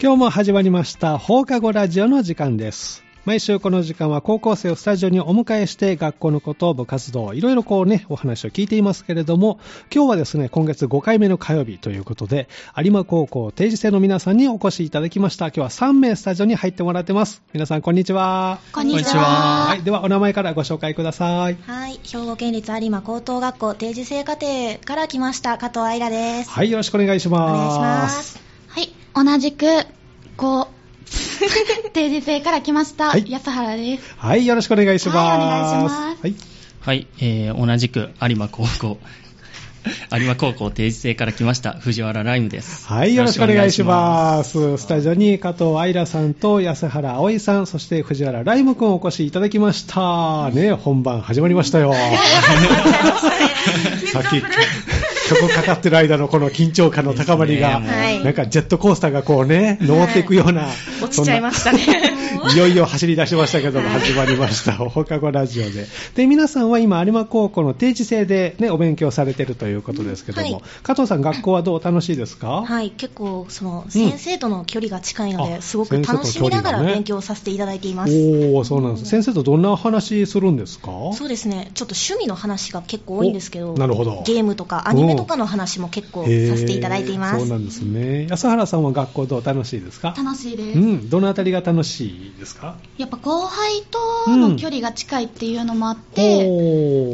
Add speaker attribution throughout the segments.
Speaker 1: 今日も始まりました放課後ラジオの時間です毎週この時間は高校生をスタジオにお迎えして学校のこと部活動いろいろこうねお話を聞いていますけれども今日はですね今月5回目の火曜日ということで有馬高校定時生の皆さんにお越しいただきました今日は3名スタジオに入ってもらってます皆さんこんにちは
Speaker 2: こんに
Speaker 3: こんに
Speaker 2: ち
Speaker 3: ち
Speaker 2: は。
Speaker 3: は
Speaker 1: はいではお名前からご紹介ください
Speaker 2: はい、兵庫県立有馬高等学校定時生課程から来ました加藤愛らです。
Speaker 1: はいよろしくお願いし
Speaker 2: お
Speaker 1: ます
Speaker 2: 願いします。
Speaker 3: はい、同じく、こう、定時制から来ました、
Speaker 1: はい
Speaker 3: 安原です。
Speaker 1: はいよろしくお願いします
Speaker 3: はいお願いします
Speaker 1: はい
Speaker 4: はい、えー、同じく有馬高校、 有馬高校定時制から来ました、藤原ライムです。
Speaker 1: はい、よろしくお願いし
Speaker 4: す。
Speaker 1: ます。スタジオに加藤愛らさんと安原葵さん、そして藤原ライムくんをお越しいただきました。ね、本番始まりました よ。さっき曲かかってる間のこの緊張感の高まりが、
Speaker 4: です
Speaker 2: ね はい
Speaker 1: なんかジェットコースターがこうね、登っていくような、
Speaker 2: 落ちちゃいましたね。
Speaker 1: いよいよ走り出しましたけども、始まりました。放課後ラジオで。で、皆さんは今、有馬高校の定時制でね、お勉強されてるということですけども、
Speaker 2: うんはい
Speaker 1: 加藤さん、学校はどう楽しいですか
Speaker 2: はい、結構その先生との距離が近いので、
Speaker 1: あ
Speaker 2: すごく楽しみ
Speaker 1: 先生との距
Speaker 2: ながら
Speaker 1: 離がね
Speaker 2: 勉強させていただいています。
Speaker 1: おー、そうなんです。先生とどんな話するんですか
Speaker 2: そうですね、ちょっと趣味の話が結構多いんですけど、
Speaker 1: おなるほど
Speaker 2: ゲームとかアニメとかの話も結構させていただいてい
Speaker 1: へ
Speaker 2: ま
Speaker 1: ーそう
Speaker 2: す
Speaker 1: な。んですね。安原さんは学校どう楽しいですか
Speaker 3: 楽しいです。
Speaker 1: うん、どのあたりが楽しいですか
Speaker 3: やっぱ後輩との距離が近いっていうのもあって、
Speaker 1: お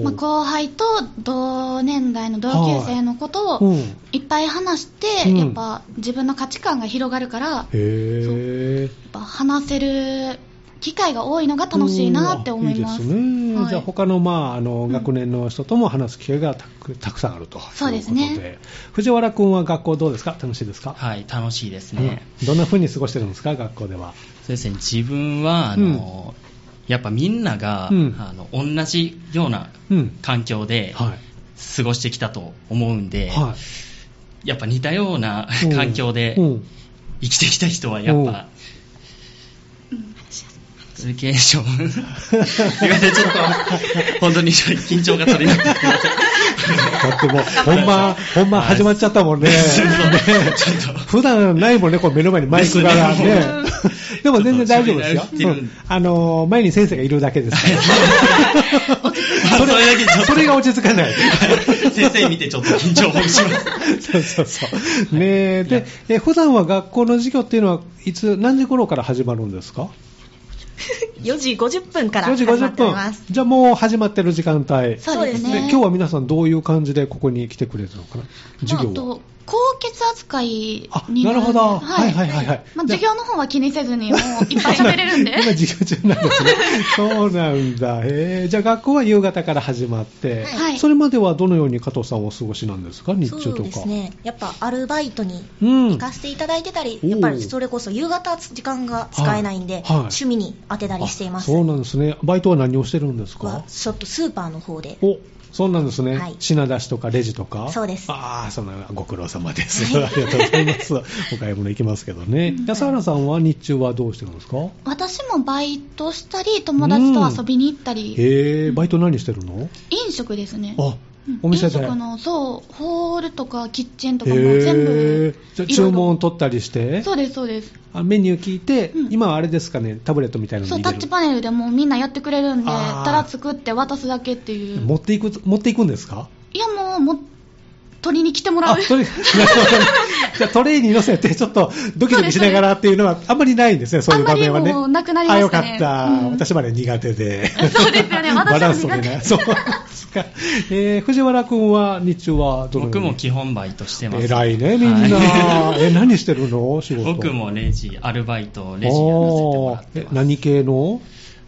Speaker 1: ー
Speaker 3: まあ、後輩と同年代の同級生のこと
Speaker 1: う
Speaker 3: を
Speaker 1: ん、へ
Speaker 3: いっぱい話して、
Speaker 1: うん
Speaker 3: やっぱ自分の価値観が広がるから、やっ
Speaker 1: ー。
Speaker 3: ぱ話せる機会が多いのが楽しいなって思います。
Speaker 1: うんあいいですね。
Speaker 3: はい
Speaker 1: じゃあ他のまああの
Speaker 3: ん
Speaker 1: 学年の人とも話す機会がたくたくさんあると。
Speaker 3: そうですね
Speaker 1: いうことで。藤原君は学校どうですか？楽しいですか？
Speaker 4: はい、楽しいです
Speaker 1: うん
Speaker 4: ね。
Speaker 1: どんな風に過ごしてるんですか？学校では。
Speaker 4: そうですね、自分は、あの、やっぱみんなが、
Speaker 1: うん
Speaker 4: あの、同じような
Speaker 1: うん。
Speaker 4: 環境で
Speaker 1: は
Speaker 4: 過ごしてきたと思うん
Speaker 1: い。
Speaker 4: で、
Speaker 1: は
Speaker 4: やっぱ似たような
Speaker 1: い。うん
Speaker 4: 環境で
Speaker 1: うん
Speaker 4: 生きてきた人は、やっぱ、コミュニケーション。 すいません、ちょっと、本当に緊張が取れなくて、すいません。
Speaker 1: だってもう、本番、本番始まっちゃったもんね。
Speaker 4: ちょっと。
Speaker 1: 普段ないもんね、こう目の前にマイクが
Speaker 4: で
Speaker 1: ね
Speaker 4: すねもう。
Speaker 1: でも全然大丈夫 ですよ
Speaker 4: ちょっと喋り。直してる
Speaker 1: うんあのー、前に先生がいるだけ ですから。
Speaker 4: それだけちょっと
Speaker 1: それが落ち着かない。
Speaker 4: 先生見てちょっと緊張をほぐし ます。
Speaker 1: そうそうそう。ねえ、で、え普段は学校の授業っていうのはいつ、何時頃から始まるんですか
Speaker 2: 4時50分から
Speaker 1: ?4 時
Speaker 2: 始まっており
Speaker 1: 50
Speaker 2: ます。
Speaker 1: 分。じゃあもう始まってる時間帯。
Speaker 3: そうです
Speaker 1: で
Speaker 3: ね。
Speaker 1: 今日は皆さんどういう感じでここに来てくれたのかな授
Speaker 3: まあ、あ
Speaker 1: 業は
Speaker 3: と。高血扱い
Speaker 1: あ
Speaker 3: に
Speaker 1: なるほど
Speaker 3: はい
Speaker 1: はいはいはいはい
Speaker 3: まあ、
Speaker 1: じゃあ
Speaker 3: 授業の方は気にせずにもういっぱい喋れる んで
Speaker 1: 今授業中なんですね。そうなんだ。へえじゃあ学校は夕方から始まって、
Speaker 3: はい
Speaker 1: それまではどのように加藤さんお過ごしなんですか日中とか。
Speaker 2: そうですね、やっぱアルバイトに
Speaker 1: うん。
Speaker 2: 行かせていただいてたり、
Speaker 1: おー
Speaker 2: やっぱりそれこそ夕方時間が使えないんで、
Speaker 1: はいはい
Speaker 2: 趣味に当てたりしています。
Speaker 1: あそうなんですね。バイトは何をしてるんです
Speaker 2: は
Speaker 1: か
Speaker 2: ちょっとスーパーの方で、
Speaker 1: おそうなんですね、
Speaker 2: はい
Speaker 1: 品出しとかレジとか、
Speaker 2: そうです
Speaker 1: ああ、そんなご苦労様です、ありがとうございます、お買い物行きますけどね、安原さんは日中はどうしてるんですか、
Speaker 3: 私もバイトしたり友達と遊びに行ったり、
Speaker 1: へえ、バイト何してるの、
Speaker 3: 飲食ですね
Speaker 1: あ
Speaker 3: うん
Speaker 1: お店で、
Speaker 3: 飲食のそうホールとかキッチンとかも全
Speaker 1: へえ
Speaker 3: 部、
Speaker 1: じゃあ
Speaker 3: いろい
Speaker 1: 注
Speaker 3: ろ
Speaker 1: 文取ったりして、
Speaker 3: そうですそうです
Speaker 1: あメニュー聞いて、
Speaker 3: うん
Speaker 1: 今はあれですかね、タブレットみたいなの
Speaker 3: そう
Speaker 1: に
Speaker 3: タ
Speaker 1: 入
Speaker 3: ッ
Speaker 1: れ
Speaker 3: チ
Speaker 1: る。
Speaker 3: パネルでもうみんなやってくれるんで
Speaker 1: あー
Speaker 3: たら作って渡すだけっていう
Speaker 1: 持っていく、持っていくんですか
Speaker 3: いやもうも取りに来てもらう
Speaker 1: あ、トレー、 なるほどじゃあトレーに乗せて、ちょっとドキドキしながらっていうのは、あんまりないんですね、そういう場面はね。
Speaker 3: あんまりもうなくなりましたね
Speaker 1: あ、よかった。
Speaker 3: うん
Speaker 1: 私まで苦手で。
Speaker 3: そうですよね私も苦手
Speaker 1: バランス取れない。そうですか。えー、藤原君は、日中はどのように
Speaker 4: 僕も基本バイトしてます。
Speaker 1: 偉いね、みんな。
Speaker 4: は
Speaker 1: え、何してるの仕
Speaker 4: い
Speaker 1: 事。
Speaker 4: 僕もレジ、アルバイト、レジやらせてもらって
Speaker 1: おーえ
Speaker 4: ます。
Speaker 1: 何系の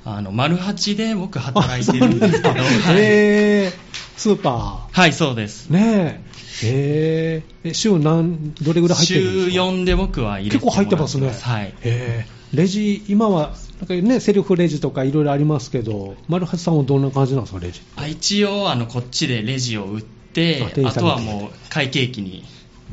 Speaker 4: あの、丸八で僕働いてるんですけど、はい
Speaker 1: えー、スーパ
Speaker 4: はい、そうです
Speaker 1: ー。。ねえ。えー、え週何、どれぐらい入ってるんです
Speaker 4: 週
Speaker 1: か
Speaker 4: 4で僕は入れ
Speaker 1: 結
Speaker 4: ても
Speaker 1: 構
Speaker 4: ら
Speaker 1: 入
Speaker 4: って
Speaker 1: ってますね。
Speaker 4: はい。
Speaker 1: へえレジ、今は、なんかね、セルフレジとかいろいろありますけど、丸八さんはどんな感じなんですか、レジ。
Speaker 4: あ一応、あの、こっちでレジを売って
Speaker 1: あ店、員
Speaker 4: あ
Speaker 1: さん
Speaker 4: と
Speaker 1: に
Speaker 4: はもう会計機に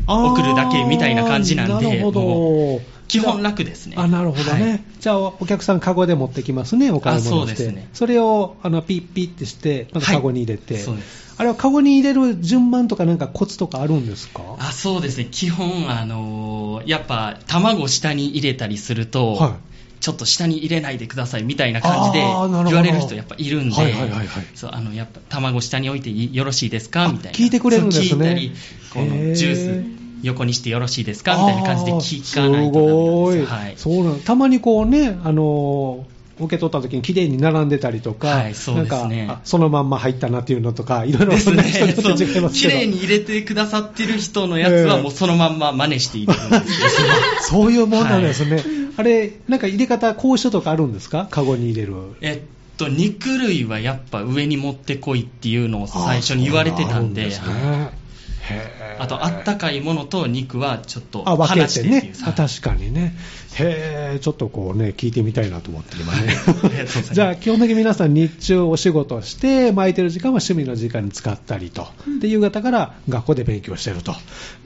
Speaker 4: 送るだけみたいな感じなんで
Speaker 1: あーなるほ
Speaker 4: も
Speaker 1: ど。
Speaker 4: 基本楽ですね。
Speaker 1: あ、なるほどね。
Speaker 4: はい
Speaker 1: じゃあ、お客さん、カゴで持ってきますね、お買い物
Speaker 4: あそう
Speaker 1: し
Speaker 4: で
Speaker 1: て。
Speaker 4: す
Speaker 1: そ
Speaker 4: ね
Speaker 1: れを、あの、ピッピッってして、またカゴに入れて。
Speaker 4: はいそうです
Speaker 1: あれは、カゴに入れる順番とか、なんかコツとかあるんですか
Speaker 4: あそうですね、基本、あのやっぱ卵下に入れたりすると、
Speaker 1: は
Speaker 4: ちょっと下に入れないでくださいみたいな感じで
Speaker 1: あーなるほど
Speaker 4: 言われる人やっぱいるんで、
Speaker 1: はいはいはいはい
Speaker 4: そうあのやっぱ卵下に置いていよろしいですかみたいな
Speaker 1: 聞いてくれるんですね
Speaker 4: そう聞いたりこ
Speaker 1: へー
Speaker 4: のジュース横にしてよろしいですかみたいな感じで聞かないとダメなんですよは
Speaker 1: あー
Speaker 4: い
Speaker 1: すごいそうなんたまにこうね、あのー受け取った時に綺麗に並んでたりとか、
Speaker 4: はいそうです
Speaker 1: な
Speaker 4: ね
Speaker 1: んかあそのまんま入ったなっていうのとか、いろいろ
Speaker 4: です
Speaker 1: そん
Speaker 4: ね
Speaker 1: な人によって違います けど、
Speaker 4: 綺麗に入れてくださってる人のやつはもうそのまんま真似しているんですよ
Speaker 1: そういうもんなんですね、あれ、なんか入れ方、こうしとかあるんですか、カゴに入れる。
Speaker 4: えっと肉類はやっぱ上に持ってこいっていうのを最初に言われてたんで
Speaker 1: あそうなんですねへー
Speaker 4: あとあったかいものと肉はちょっと
Speaker 1: あ分
Speaker 4: 離
Speaker 1: け
Speaker 4: しててってい
Speaker 1: ね
Speaker 4: う、
Speaker 1: あ確かにね、へえ、ちょっとこうね、聞いてみたいなと思って、今ね
Speaker 4: ありがとうございま。す
Speaker 1: じゃあ、基本的に皆さん、日中お仕事して、巻いてる時間は趣味の時間に使ったりと、で夕方から学校で勉強してると、ね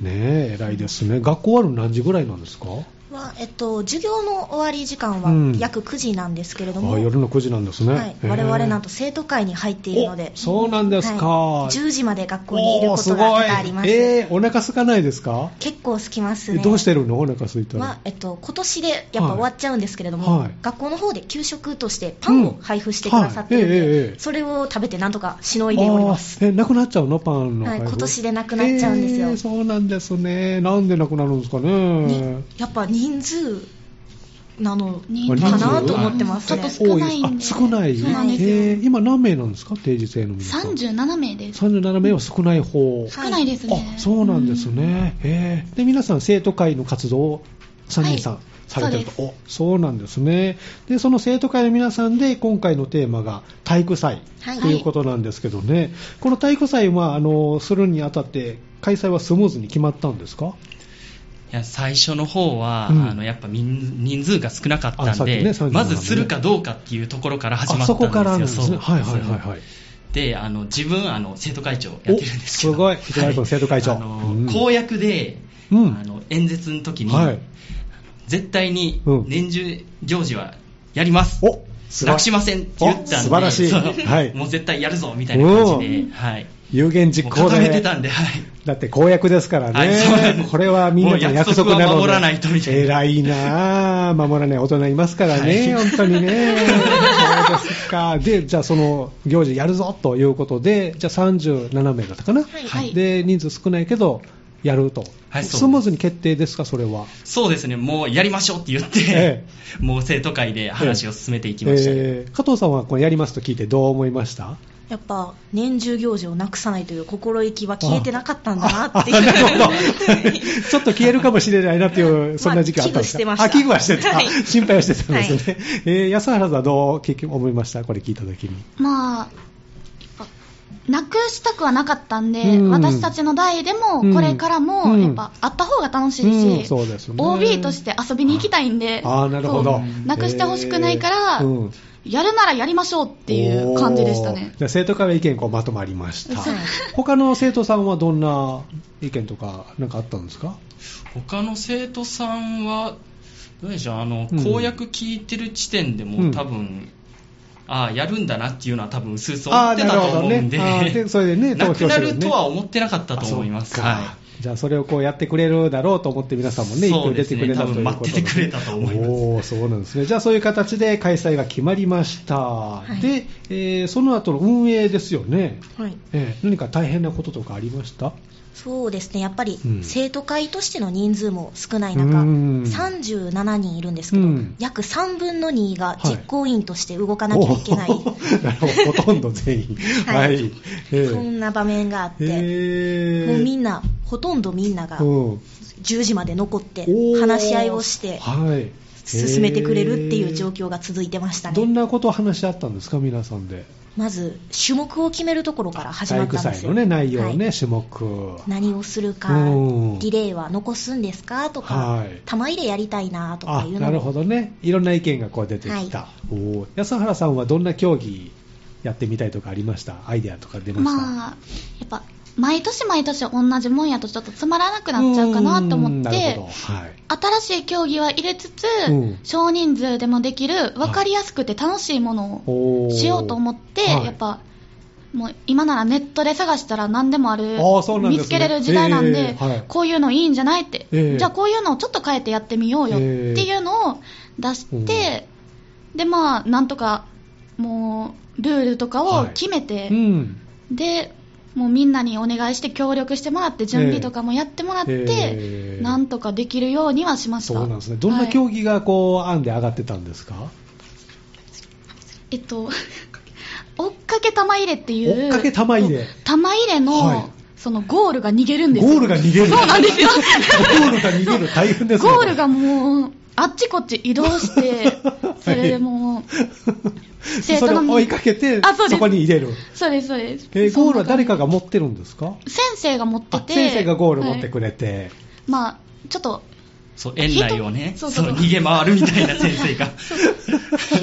Speaker 1: え、偉いですね、学校終わるの何時ぐらいなんですか、
Speaker 2: まあえっと、授業の終わり時間
Speaker 1: うん
Speaker 2: は約9時なんですけれども、
Speaker 1: あ夜の9時なんですね、
Speaker 2: はい、我々なん
Speaker 1: と
Speaker 2: と生徒会に入っているので、
Speaker 1: そうなんですか、
Speaker 2: はい、10時まで学校にいることが多々ありま
Speaker 1: おーご
Speaker 2: す。
Speaker 1: いえーお腹空かないですか、
Speaker 2: 結構空きます
Speaker 1: え
Speaker 2: ね。
Speaker 1: どうしてるの、お腹空いたら。
Speaker 2: まあえっと、今年でやっぱ終わっちゃうんですけれども、
Speaker 1: はい
Speaker 2: 学校の方で給食としてパンを配布してくださってるん
Speaker 1: うんはいえええ
Speaker 2: で、
Speaker 1: え
Speaker 2: それを食べてなんとかしのいでおります。
Speaker 1: あーえ、なくなっちゃうのパンの
Speaker 2: は
Speaker 1: 配
Speaker 2: い
Speaker 1: 布。
Speaker 2: 今年でなくなっちゃうんですよ
Speaker 1: えーそうなんですね。なんでなくなるんですかね
Speaker 2: に。やっぱ人数なの
Speaker 3: 人
Speaker 1: 数
Speaker 2: かなと思ってますね
Speaker 3: ちょっ。と少ないんで
Speaker 1: 多あ少ない。
Speaker 3: そうなんですよ
Speaker 1: えー今何名なんですか定時制の皆さん。
Speaker 3: 37名です。
Speaker 1: 37名は少ない方。
Speaker 3: 少ないですね。
Speaker 1: あ、そうなんですね。えーで、皆さん生徒会の活動を3人さん。
Speaker 3: はい
Speaker 1: されてるとおそうなんですねでその生徒会の皆さんで今回のテーマが体育祭
Speaker 2: はい
Speaker 1: ということなんですけどね、この体育祭はあのするにあたって開催はスムーズに決まったんですか
Speaker 4: いや最初の方は、
Speaker 1: うん
Speaker 4: あのやっぱ人人数が少なかった
Speaker 1: あさ
Speaker 4: ん
Speaker 1: っき
Speaker 4: で、
Speaker 1: ね37ね
Speaker 4: まずするかどうかっていうところから始ま
Speaker 1: あ
Speaker 4: っ
Speaker 1: そ
Speaker 4: たんです
Speaker 1: こ
Speaker 4: よ。
Speaker 1: からなんですね。はいはいはい
Speaker 4: そう
Speaker 1: はい。
Speaker 4: であの自分あの生徒会長やってるんですけど
Speaker 1: おすごい生徒会長生徒会長
Speaker 4: あの
Speaker 1: うん
Speaker 4: 公約で、
Speaker 1: うん
Speaker 4: あの演説の時に、
Speaker 1: はい
Speaker 4: 絶対に
Speaker 1: うん
Speaker 4: 年中行事はやります、
Speaker 1: お素晴ら
Speaker 4: 楽しませんって言ったんで
Speaker 1: お素晴らしい
Speaker 4: そう
Speaker 1: はい
Speaker 4: もう絶対やるぞみたいな感じ
Speaker 1: うん
Speaker 4: で、はい、
Speaker 1: 有言
Speaker 4: も
Speaker 1: 実
Speaker 4: う
Speaker 1: 行
Speaker 4: 固
Speaker 1: で。
Speaker 4: めてたんで、はい、
Speaker 1: だって公約ですからね、
Speaker 4: はいそうなんです
Speaker 1: これはみんなの約束なので、
Speaker 4: もう約束は守らないとみたいな
Speaker 1: 偉いなあ、守らない大人いますからね、
Speaker 4: は
Speaker 1: 本当にね、そうですか、で、じゃあ、その行事やるぞということで、じゃあ37名だったかな、
Speaker 3: はい
Speaker 1: で人数少ないけど、やると、
Speaker 4: はいそうです
Speaker 1: スムーズに決定ですか、それは。
Speaker 4: そうですね、もうやりましょうって言って、
Speaker 1: え
Speaker 4: もう生徒会で話を進めていきましたね、
Speaker 1: えー加藤さんはこれやりますと聞いて、どう思いました
Speaker 2: やっぱ年中行事をなくさないという心意気は消えてなかったんだな
Speaker 1: あ
Speaker 2: っていう。
Speaker 1: なるほど。ちょっと消えるかもしれないなっていう、そんな時期あったんで すか、
Speaker 2: まあ
Speaker 1: あ、
Speaker 2: 危
Speaker 1: 危
Speaker 2: 惧
Speaker 1: 惧
Speaker 2: は
Speaker 1: は
Speaker 2: し
Speaker 1: してて
Speaker 2: ました
Speaker 1: た。
Speaker 2: はい
Speaker 1: 心配はしてたんですね。えー安原さんはどう結局思いましたこれ聞いた時に。
Speaker 3: まあ、やっぱなくしたくはなかったんで、
Speaker 1: うん
Speaker 3: 私たちの代でも、
Speaker 1: うん
Speaker 3: これからも、
Speaker 1: うん
Speaker 3: やっぱ、あった方が楽しい
Speaker 1: うん
Speaker 3: し、
Speaker 1: そうですね
Speaker 3: OB として遊びに行きたいんで、
Speaker 1: ああ、なるほ
Speaker 3: そ
Speaker 1: ど
Speaker 3: う。なくしてほしくないから、
Speaker 1: えーうん
Speaker 3: やるならやりましょうっていう感じでしたね
Speaker 1: おー。じゃあ生徒会は意見こうまとまりました
Speaker 2: そう。
Speaker 1: 他の生徒さんはどんな意見とか、なんかあったんですか
Speaker 4: 他の生徒さんは、どうでしょう、あの
Speaker 1: うん
Speaker 4: 公約聞いてる時点でも
Speaker 1: うん
Speaker 4: う多分、ああ、やるんだなっていうのは、多分うすうす思ってたと思うんで、
Speaker 1: あーなる ほどねあーでそれでね
Speaker 4: なくな
Speaker 1: 投票するよ
Speaker 4: る
Speaker 1: ね
Speaker 4: とは思ってなかったと思います。
Speaker 1: あそうか
Speaker 4: はい
Speaker 1: じゃあそれをこうやってくれるだろうと思って皆さんもね、一
Speaker 4: そ
Speaker 1: 挙
Speaker 4: うで
Speaker 1: 出
Speaker 4: す
Speaker 1: て
Speaker 4: ね
Speaker 1: くれたということで、
Speaker 4: 多分待っててくれたと思います
Speaker 1: おーそうなんですね。じゃあそういう形で開催が決まりました。
Speaker 2: い
Speaker 1: で、えーその後の運営ですよね。
Speaker 2: はい、
Speaker 1: えー何か大変なこととかありました
Speaker 2: そうですね、やっぱり
Speaker 1: うん
Speaker 2: 生徒会としての人数も少ない
Speaker 1: うん
Speaker 2: 中、37人いるんですけど、
Speaker 1: うん
Speaker 2: 約3分の2
Speaker 1: は
Speaker 2: が
Speaker 1: い
Speaker 2: 実行委員として動かなきゃいけない、
Speaker 1: おー なるほど、ほとんど全員。
Speaker 2: はい
Speaker 1: はい。え
Speaker 2: そんな場面があって、
Speaker 1: え
Speaker 2: もうみ
Speaker 1: なん
Speaker 2: な、ほとんどみんなが
Speaker 1: うん
Speaker 2: 10時まで残って
Speaker 1: お、ー
Speaker 2: 話し合いをして、
Speaker 1: はい、
Speaker 2: 進めてくれるっていう状況
Speaker 1: が
Speaker 2: が続いてました
Speaker 1: ど
Speaker 2: ね。
Speaker 1: んなことを話し合ったんですか、皆さんで。
Speaker 2: まず、種目を決めるところから始まったん
Speaker 1: 体
Speaker 2: で
Speaker 1: 育
Speaker 2: す
Speaker 1: 祭の、
Speaker 2: よ。
Speaker 1: ね、内容ね、
Speaker 2: はい
Speaker 1: 種目。
Speaker 2: 何をするか
Speaker 1: うん、
Speaker 2: リレーは残すんですかと
Speaker 1: は
Speaker 2: か
Speaker 1: い、
Speaker 2: 玉入れやりたいなとか
Speaker 1: あ
Speaker 2: いう
Speaker 1: なる
Speaker 2: のも
Speaker 1: ほどね、いろんな意見がこう出てきた、
Speaker 2: は
Speaker 1: おー安原さんはどんな競技やってみたいとかありました、アイデアとか出ました、
Speaker 3: まあ、やっぱ、毎年毎年同じもんやとちょっとつまらなくなっちゃうかなと思
Speaker 1: うん
Speaker 3: っ
Speaker 1: なる
Speaker 3: て
Speaker 1: ほど、、はい、
Speaker 3: 新しい競技は入れつつ
Speaker 1: うん、
Speaker 3: 少人数でもできる、分かりやすくて楽しいものを
Speaker 1: おー
Speaker 3: しようと思って、
Speaker 1: はい
Speaker 3: やっぱ、もう今ならネットで探したら何でもある
Speaker 1: あーそうなんですね
Speaker 3: 見つけれる時代なんで、
Speaker 1: えーはい
Speaker 3: こういうのいいんじゃないって、
Speaker 1: えー
Speaker 3: じゃあこういうのをちょっと変えてやってみようよって
Speaker 1: えー
Speaker 3: いうのを出して、でまあなんとかもうルールとかを決めて、
Speaker 1: うん。
Speaker 3: でもうみんなにお願いして協力してもらって準備とかもやってもらって、
Speaker 1: えー
Speaker 3: なんとかできるようにはしました
Speaker 1: そうなんですね。どんな
Speaker 3: はい
Speaker 1: 競技がこう、案で上がってたんですか、
Speaker 3: えっと、追っかけ玉入れっていう。
Speaker 1: 追っかけ玉入れ
Speaker 3: 玉入れの、
Speaker 1: はい
Speaker 3: そのゴールが逃げるんですよ。
Speaker 1: ゴールが逃げる。
Speaker 3: そうなんですよ。
Speaker 1: ゴールが逃げる。大変ですね。
Speaker 3: ゴールがもう、あっちこっち移動して、それでもう、生
Speaker 1: そ
Speaker 3: 徒
Speaker 1: れ
Speaker 3: の
Speaker 1: を追いかけて
Speaker 3: あそうです
Speaker 1: そこに入れる、
Speaker 3: そうです、そうです。
Speaker 1: えーゴールは誰か
Speaker 3: が
Speaker 1: が持ってるんですか
Speaker 3: 先生が持って
Speaker 1: あ
Speaker 3: て。
Speaker 1: 先生がゴール持ってく
Speaker 3: る。
Speaker 1: れて、
Speaker 3: まあ、ちょっと、
Speaker 4: そう、園内をね、
Speaker 3: 人
Speaker 4: そ
Speaker 3: そう
Speaker 4: う、
Speaker 3: そうそう
Speaker 4: 逃げ回るみたいな先生が。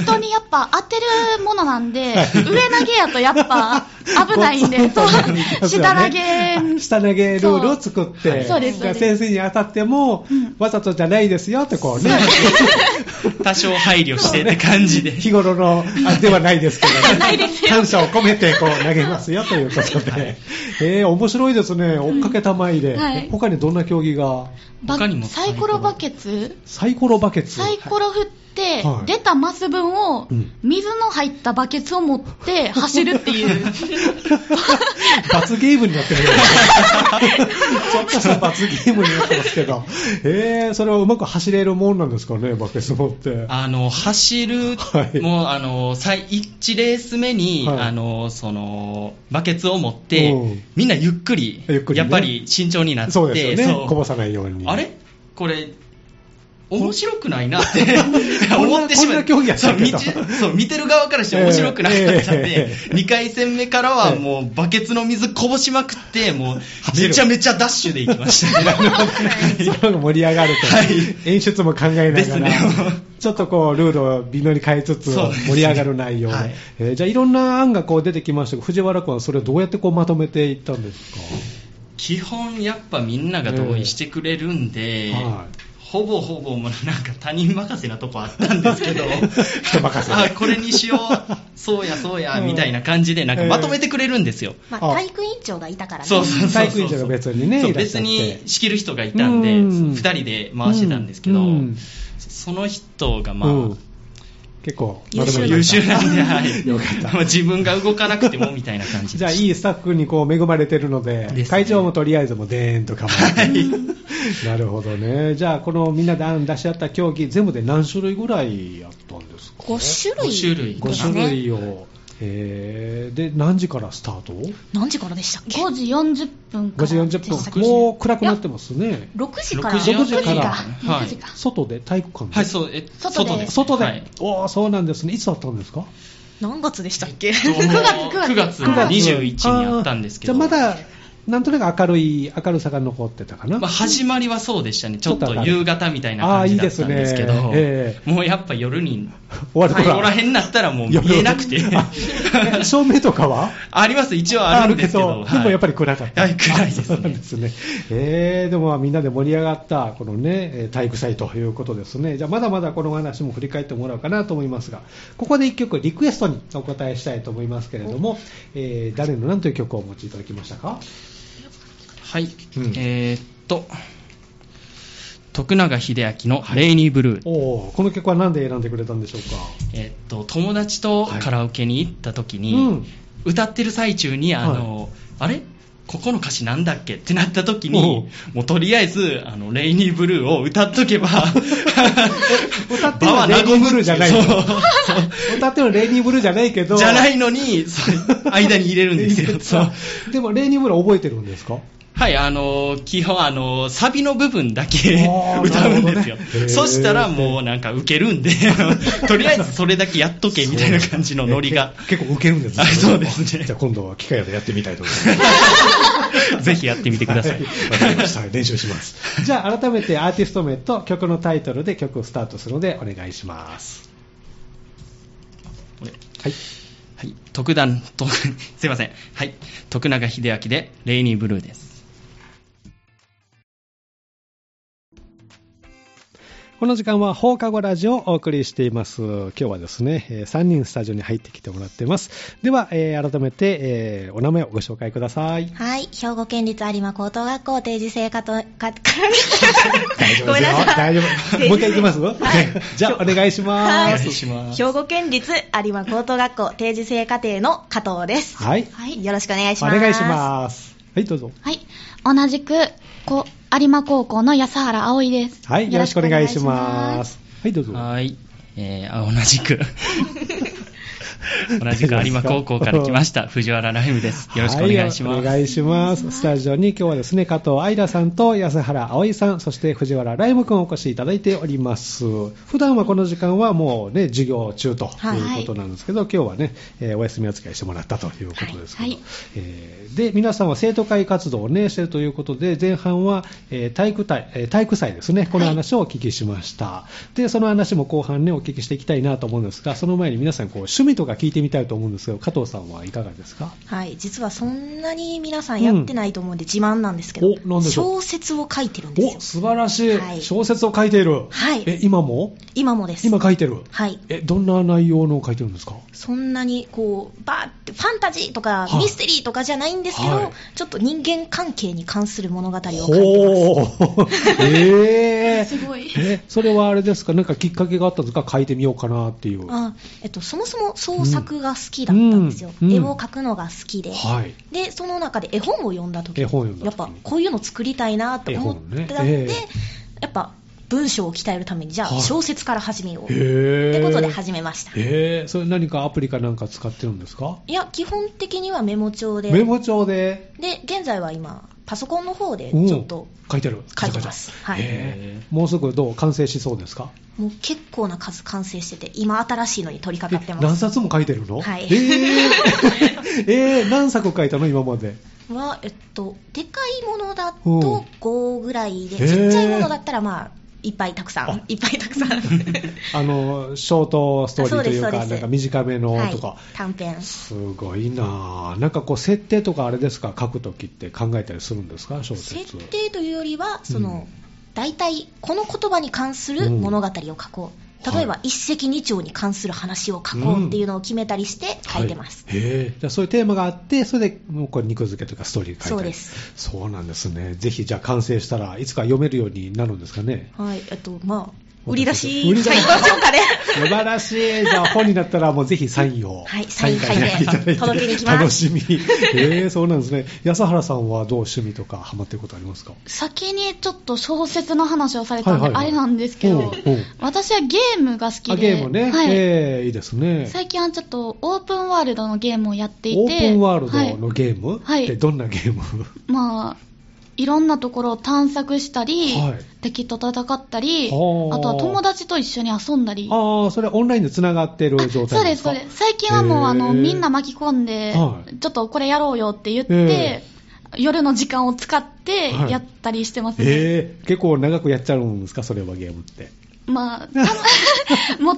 Speaker 3: 人にやっぱ当てるものなんで、上投げやとやっ ぱ危ないんで、そう下投げ
Speaker 1: 下投げルールを作っ
Speaker 3: は
Speaker 1: て
Speaker 3: いそうですそうです
Speaker 1: 先生に当たっても、
Speaker 3: うん
Speaker 1: わざとじゃないですよってこうね
Speaker 4: 多少配慮してって感 じで。
Speaker 1: 日頃のあではないですけど、
Speaker 3: ないですよ
Speaker 1: 感謝を込めてこう投げますよということ で、えー、面白いですね追っかけ玉入れ、
Speaker 3: はい
Speaker 1: 他にどんな競技が
Speaker 3: ば
Speaker 4: 他にも
Speaker 3: サイコロバケツ
Speaker 1: サイコロバケツ
Speaker 3: サイコロ振って、
Speaker 1: はい
Speaker 3: 出たマス分を
Speaker 1: うん、
Speaker 3: 水の入ったバケツを持って走るっ ていう。
Speaker 1: 罰ゲームになってる よねちょっとした罰ゲームになってますけど、えー、それはうまく走れるもんなんですかね、バケツ持って。
Speaker 4: あの、走る、
Speaker 1: はい
Speaker 4: もう、あの、最、1レース目に、
Speaker 1: はい
Speaker 4: あの、その、バケツを持って
Speaker 1: うん、
Speaker 4: みんなゆっくり、
Speaker 1: ゆっくりね
Speaker 4: やっぱり慎重になって、
Speaker 1: そうですよ
Speaker 4: そ
Speaker 1: ね、
Speaker 4: う
Speaker 1: こぼさないように。
Speaker 4: あれこれ、面白くないなって思ってしま
Speaker 1: こんなこんな競
Speaker 4: う
Speaker 1: 技やった
Speaker 4: そう
Speaker 1: っけ
Speaker 4: 見
Speaker 1: と
Speaker 4: てそう見てる側からして面白くなかったん
Speaker 1: えええ
Speaker 4: で、2回戦目からはもうバケツの水こぼしまくって、もうめちゃめちゃダッシュでいきまし たね。
Speaker 1: その盛り上がると、
Speaker 4: はい
Speaker 1: 演出も考えな
Speaker 4: で
Speaker 1: が
Speaker 4: す
Speaker 1: ら、
Speaker 4: ね
Speaker 1: ちょっとこうルールを微妙に変えつつ
Speaker 4: そうですね
Speaker 1: 盛り上がる内容で、
Speaker 4: はい
Speaker 1: えーじゃあいろんな案がこう出てきましたが藤原君はそれをどうやってこうまとめていったんですか、
Speaker 4: 基本やっぱみんなが同意してくれるんで、
Speaker 1: はい
Speaker 4: ほぼほぼもうなんか他人任せなとこあったんですけど
Speaker 1: 人任せ
Speaker 4: あこれにしようそうやそう
Speaker 1: う
Speaker 4: や、
Speaker 1: ん
Speaker 4: みたいな感じでなんかまとめてくれるんですよ、
Speaker 2: まあ、
Speaker 1: あ
Speaker 2: 体育委員長がいたからね。
Speaker 4: そうそうそうそう
Speaker 1: 体育委員長が別にね
Speaker 4: そう
Speaker 1: いらっしゃ
Speaker 4: 別
Speaker 1: って
Speaker 4: に仕切る人がいたんで
Speaker 1: うん
Speaker 4: 2人で回してたんですけど、
Speaker 1: うんうん
Speaker 4: その人がまあ、
Speaker 1: うん結構まと
Speaker 2: 優秀
Speaker 1: めて
Speaker 4: 優秀なんで、はい、
Speaker 1: よかった
Speaker 4: もう自分が動かなくてもみたいな感じ
Speaker 1: じゃあ、いいスタッフにこう恵まれてるので、
Speaker 4: ですね
Speaker 1: 会場もとりあえずもうでーんと構えて、 なるほどね、じゃあ、このみんなで案出し合った競技、全部で何種類ぐらいやったんですか、
Speaker 2: 5
Speaker 4: 五種
Speaker 2: 種
Speaker 4: 類
Speaker 2: 類
Speaker 1: 5
Speaker 2: ですね。
Speaker 1: 種類を、えーで、何時からスタート
Speaker 2: 何時からでしたっけ
Speaker 3: 5時40分か
Speaker 1: ?5
Speaker 3: ら。
Speaker 1: 時40分、もう暗くなってますね、
Speaker 2: ?6 時から。
Speaker 1: 6時から
Speaker 4: はい
Speaker 3: 6時か。
Speaker 1: 外で体育館で、
Speaker 4: はいそうえ
Speaker 3: 外
Speaker 4: 外で
Speaker 3: で
Speaker 1: 外で、
Speaker 4: はい
Speaker 1: おー、そうなんですね、いつだったんですか
Speaker 2: 何月でしたっけ
Speaker 4: 9月
Speaker 3: 9月
Speaker 4: の
Speaker 3: 9
Speaker 1: 九
Speaker 4: 21にあったんですけど、
Speaker 1: あーじゃあまだなんとなく明るい、明るさが残ってたかな。
Speaker 4: まあ、始まりはそうでしたね、ちょっ
Speaker 1: ちょっ
Speaker 4: と
Speaker 1: と
Speaker 4: 夕方みたいな感じだったんですけど、
Speaker 1: あーいいですねえ
Speaker 4: もうやっぱ夜に、
Speaker 1: 終わる
Speaker 4: こ
Speaker 1: と
Speaker 4: こら辺になったらもう見えなくて、
Speaker 1: あ照明とかは
Speaker 4: あります、一応あるんですけど、
Speaker 1: あるでもやっぱり暗かった。
Speaker 4: はい、暗いで
Speaker 1: そ
Speaker 4: す
Speaker 1: うなん
Speaker 4: ね
Speaker 1: で。すね。えー、でもまあみんなで盛り上がった、このね、えー体育祭ということですね。じゃあまだまだこのお話も振り返ってもらおうかなと思いますが、ここで一曲リクエストにお答えしたいと思いますけれども、えー誰の何という曲をお持ちいただきましたか
Speaker 4: はい、
Speaker 1: うん
Speaker 4: えーっと、徳永英明のレイニーブルー。
Speaker 1: おーこの曲は何で選んでくれたんでしょうか
Speaker 4: えーっと、友達とカラオケに行った時に、
Speaker 1: うん
Speaker 4: 歌ってる最中に、あの、あれここの歌詞なんだっけってなった時に、もうとりあえず、あの、レイニーブルーを歌っとけば、
Speaker 1: 歌ってるのはレイニーブルーじゃない
Speaker 4: そう
Speaker 1: 歌ってるのレイニーブルーじゃないけ
Speaker 4: そ
Speaker 1: ど、
Speaker 4: うじゃないのに、そう間に入れるんで すよ。そう
Speaker 1: でもレイニーブルー覚えてるんですか
Speaker 4: はい、あの基本、あのサビの部分だけ
Speaker 1: あー
Speaker 4: 歌うんです
Speaker 1: なる
Speaker 4: よ、
Speaker 1: ほどねへー
Speaker 4: そしたらもうなんかウケるん で、とりあえずそれだけやっとけみたいな感じのノリが、
Speaker 1: 結構ウケるんですね
Speaker 4: あそうですね
Speaker 1: じゃあ今度は機械でやってみたいと思います。
Speaker 4: ぜひやってみてください。
Speaker 1: はいわかりました。練習します。 じゃあ改めてアーティスト名と曲のタイトルで曲をスタートするのでお願いします。
Speaker 4: これ
Speaker 1: はい。
Speaker 4: はい、 特段とすいません、はい、徳永英明で「レイニーブルー」です。
Speaker 1: この時間は放課後ラジオをお送りしています。今日はですね、えー3人スタジオに入ってきてもらってます。では、えー改めて、えーお名前をご紹介ください。
Speaker 2: はい、兵庫県立有馬高等学校定時制課と、か、か、
Speaker 1: 大丈夫
Speaker 2: ご
Speaker 1: で
Speaker 2: め
Speaker 1: すよ
Speaker 2: んなさい。
Speaker 1: 大丈夫。もう一回いきます、 じゃあ、お願いし
Speaker 4: お
Speaker 1: ま
Speaker 4: 願い
Speaker 1: す。
Speaker 4: します。
Speaker 2: 兵庫県立有馬高等学校定時制課程の加藤です。
Speaker 1: はい。
Speaker 2: はい、よろしくお願いし
Speaker 1: お
Speaker 2: ます。
Speaker 1: 願いします。はい、どうぞ。
Speaker 3: はい。同じく、こ有馬高校の安原葵です。
Speaker 1: はい、よろしくお願いします。はい、どうぞ。
Speaker 4: はい。えー、あ、同じ く。同じく有馬高校から来ました、藤原ライムです。よろしくお願いします。
Speaker 1: はお願いします。スタジオに今日はですね、加藤愛らさんと安原葵さん、そして藤原ライムくんお越しいただいております。普段はこの時間はもうね、授業中と
Speaker 2: はい
Speaker 1: いうことなんですけど、今日はね、えーお休み扱いしてもらったということですけど、
Speaker 3: はいはい
Speaker 1: えーで、皆さんは生徒会活動をね、しているということで、前半は、えー体育体、えー体育祭ですね、この話をお聞きしました。で、その話も後半ね、お聞きしていきたいなと思うんですが、その前に皆さん、こう、趣味とか聞いてみたいと思うんですけど、加藤さんはいかがですか
Speaker 2: はい、実はそんなに皆さんやってないと思うんで自慢なんですけど、
Speaker 1: おなんでしょう
Speaker 2: 小説を書いてるんです
Speaker 1: お
Speaker 2: よ。
Speaker 1: 素晴らしい、
Speaker 2: はい
Speaker 1: 小説を書いている、
Speaker 2: はい
Speaker 1: え今も
Speaker 2: 今もです。
Speaker 1: 今書いてる、
Speaker 2: はい。
Speaker 1: えどんな内容のを書いてるんですか
Speaker 2: そんなにこう、バーってファンタジーとか
Speaker 1: はい
Speaker 2: ミステリーとかじゃないんですけど、
Speaker 1: はい
Speaker 2: ちょっと人間関係に関する物語を書いてます。
Speaker 1: ほう えー、
Speaker 3: すごい
Speaker 1: えそれはあれですかなんかきっかけがあったんですか書いてみようかなっていうは
Speaker 2: あえっと、そもそも創作が好きだったんですよ、
Speaker 1: うんうん
Speaker 2: 絵を描くのが好きで、
Speaker 1: い
Speaker 2: でその中で絵本を読んだ時
Speaker 1: 絵本を読んだ
Speaker 2: やっ
Speaker 1: 時
Speaker 2: ぱこういうの作りたいなと思った
Speaker 1: 絵
Speaker 2: ので、
Speaker 1: 本ねえ
Speaker 2: やっぱ文章を鍛えるためにじゃ
Speaker 1: はい
Speaker 2: あ小説から始めよう、
Speaker 1: へ
Speaker 2: っ
Speaker 1: ー
Speaker 2: てことで始めました、
Speaker 1: えー、それ何かアプリかなんか使ってるんですか
Speaker 2: いや基本的にはメモ帳で
Speaker 1: メモ帳で
Speaker 2: で現在は今パソコンの方で
Speaker 1: うん
Speaker 2: ちょっと
Speaker 1: 書いてある
Speaker 2: 書いてますはい
Speaker 1: えーもうすぐどう完成しそうですか
Speaker 2: もう結構な数完成してて今新しいのに取り掛かって
Speaker 1: え
Speaker 2: ま
Speaker 1: 何
Speaker 2: す
Speaker 1: 冊も書いてるの
Speaker 2: はい
Speaker 1: えー えー何作書いたの今まで
Speaker 2: はえっとでかいものだ
Speaker 1: うん
Speaker 2: と5ぐらいで
Speaker 1: へー
Speaker 2: ちっちゃいものだったらまあいっぱいたくさ
Speaker 1: あ
Speaker 2: んいっぱいたくさん
Speaker 1: あのショートストーリーという
Speaker 2: あそうですそ
Speaker 1: か、
Speaker 2: うです
Speaker 1: なんか短めのとか、
Speaker 2: はい、短編
Speaker 1: すごいなぁ、なんかこう、設定とかあれですか、書くときって考えたりするんですか、小説
Speaker 2: 設定というよりはその、
Speaker 1: う
Speaker 2: 大体この言葉に関する物語を書こう、
Speaker 1: うん
Speaker 2: 例えば一石二鳥に関する話を書こうっていうのを決めたりして書いてます、
Speaker 1: はいへえじゃあそういうテーマがあって、それでもうこれ肉付けとかストーリー書いたり
Speaker 2: そうです
Speaker 1: そうなんですね、ぜひじゃあ完成したらいつか読めるようになるんですかね。
Speaker 2: はい、えっと、まあ、売り出し、
Speaker 1: 売り出し
Speaker 2: はい、どうしようかね。
Speaker 1: 素晴らしい。じゃあ本になったらもうぜひサインを。
Speaker 2: はいサイン書いて
Speaker 1: 書
Speaker 2: 届けに行きます
Speaker 1: 楽しみ。えー、そうなんですね。安原さんはどう趣味とかハマってることありますか
Speaker 3: 先にちょっと小説の話をされたんで、
Speaker 1: はいはいはい
Speaker 3: あれなんですけ
Speaker 1: うん
Speaker 3: ど
Speaker 1: うん、
Speaker 3: 私はゲームが好
Speaker 1: あ
Speaker 3: きで、
Speaker 1: ゲームね、
Speaker 3: はい
Speaker 1: えーいいですね。
Speaker 3: 最近はちょっとオープンワールドのゲームをやっていて、
Speaker 1: オープンワールド
Speaker 3: は
Speaker 1: のゲーム、
Speaker 3: はい
Speaker 1: ってどんなゲーム、
Speaker 3: い、まあ、いろんなところを探索したり、
Speaker 1: はい
Speaker 3: 敵と戦ったり、あ
Speaker 1: は
Speaker 3: と
Speaker 1: あ
Speaker 3: は友達と一緒に遊んだり。
Speaker 1: ああ、それはオンラインでつながってる状
Speaker 3: そう
Speaker 1: 態
Speaker 3: で、
Speaker 1: ですすか
Speaker 3: そうです。最近はもう、あの、
Speaker 1: へー
Speaker 3: みんな巻き込んで、
Speaker 1: はい
Speaker 3: ちょっとこれやろうよって言っ
Speaker 1: へ
Speaker 3: て、夜の時間を使って
Speaker 1: はい
Speaker 3: やったりしてますね。
Speaker 1: えー結構長くやっちゃうんですかそれはゲームって。
Speaker 3: ま あ、たまもう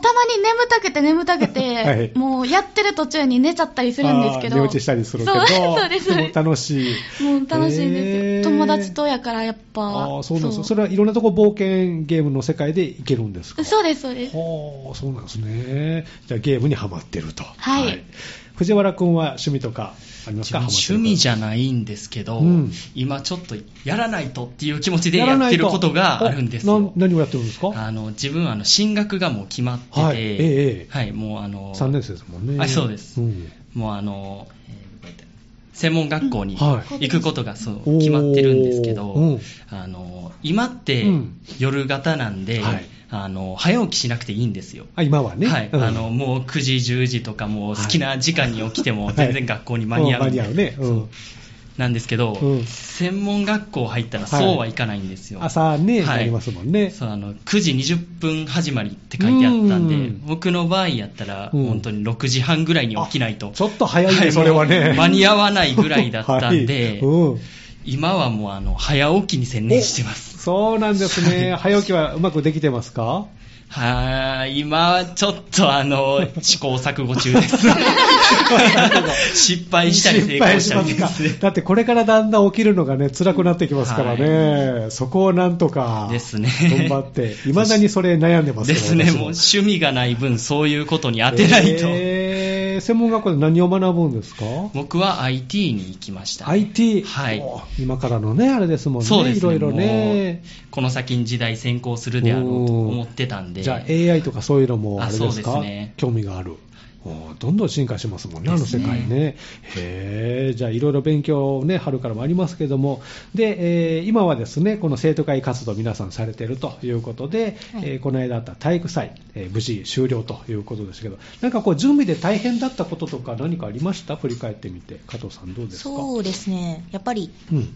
Speaker 3: たまに眠たくて眠たくて、
Speaker 1: はい
Speaker 3: もうやってる途中に寝ちゃったりするんですけ
Speaker 1: あー
Speaker 3: ど。
Speaker 1: 寝落ちしたりするけど。
Speaker 3: そうそうです。そう
Speaker 1: も
Speaker 3: です
Speaker 1: 楽しい。
Speaker 3: もう楽しいですよ、
Speaker 1: へー
Speaker 3: 友達とやからやっぱ。
Speaker 1: ああ、そうなんですよそれはいろんなとこ冒険ゲームの世界でいけるんですか
Speaker 3: そうです、そうです。
Speaker 1: はあ、そうなんですね。じゃあゲームにはまってると。
Speaker 3: はい
Speaker 1: 藤原君は趣味とかありますか
Speaker 4: 趣味じ
Speaker 1: ゃ
Speaker 4: ゃないんですけど、
Speaker 1: うん
Speaker 4: 今ちょっとやらないとっていう気持ちでやってることがあるんですよ。
Speaker 1: 何をやってるんですか
Speaker 4: あの自分あの進学がもう決まってて、
Speaker 1: は
Speaker 4: はいい、
Speaker 1: ええええ
Speaker 4: もうあの
Speaker 1: ?3 年生ですもんね。
Speaker 4: あそうです
Speaker 1: ん
Speaker 4: もうあの、えーどこ行った専門学校に
Speaker 1: うんはい
Speaker 4: 行くことがそう決まってるんですけど、
Speaker 1: おーうん
Speaker 4: あの今って
Speaker 1: うん
Speaker 4: 夜型なんで、
Speaker 1: はい
Speaker 4: あの早起きしなくていいんですよ。
Speaker 1: あ今はね。
Speaker 4: はい
Speaker 1: うん
Speaker 4: あのもう9時、10時とかもう好きな時間に起きても全然学校に間に合う
Speaker 1: は
Speaker 4: ん
Speaker 1: い
Speaker 4: で
Speaker 1: 間に合うね。うん
Speaker 4: なんですけど、
Speaker 1: うん
Speaker 4: 専門学校入ったら
Speaker 1: はい
Speaker 4: そうはいかないんですよ。
Speaker 1: 朝ね、
Speaker 4: はい
Speaker 1: なりますもんね。
Speaker 4: そうあの9時20分始まりって書いてあったんで、
Speaker 1: うん
Speaker 4: 僕の場合やったら、
Speaker 1: うん
Speaker 4: 本当に6時半ぐらいに起きないと、
Speaker 1: ちょっと早いね、
Speaker 4: はい
Speaker 1: それは
Speaker 4: も
Speaker 1: ね。
Speaker 4: う間に合わないぐらいだった ん
Speaker 1: はい
Speaker 4: で、
Speaker 1: うん
Speaker 4: 今はもうあの早起きに専念してます。
Speaker 1: そうなんですね。早起きはうまくできてますか
Speaker 4: はーい、今、ちょっとあの、試行錯誤中 です。失敗したり成
Speaker 1: 失
Speaker 4: 功
Speaker 1: 敗
Speaker 4: し
Speaker 1: したま
Speaker 4: り
Speaker 1: す
Speaker 4: で
Speaker 1: か
Speaker 4: すね。
Speaker 1: だってこれからだんだん起きるのがね、辛くなってきますからね。そこをなんとか。
Speaker 4: ですね
Speaker 1: 頑張って。いまだにそれ悩んでます
Speaker 4: で
Speaker 1: から
Speaker 4: すね、
Speaker 1: 私
Speaker 4: もう趣味がない分、そういうことに当てないと。
Speaker 1: えー専門学校で何を学ぶんですか
Speaker 4: 僕は IT に行きました。
Speaker 1: ?IT。
Speaker 4: はい
Speaker 1: お今からのね、あれですもんね。
Speaker 4: そうですね。
Speaker 1: いろいろね
Speaker 4: も。うこの先に時代先行するであろうと思ってたんで。
Speaker 1: じゃあ AI とかそういうのもあれで
Speaker 4: あ
Speaker 1: す
Speaker 4: そう
Speaker 1: か
Speaker 4: ですね
Speaker 1: 興味がある。おーどんどん進化しますもんね、あの
Speaker 4: です
Speaker 1: 世
Speaker 4: ね
Speaker 1: 界ね。へえ、じゃあいろいろ勉強ね、春からもありますけども、で、えー今はですね、この生徒会活動皆さんされてるということで、えーこの間あった体育祭、えー無事終了ということですけど、なんかこう準備で大変だったこととか何かありました振り返ってみて。加藤さんどうですか
Speaker 2: そうですね、やっぱり
Speaker 1: うん。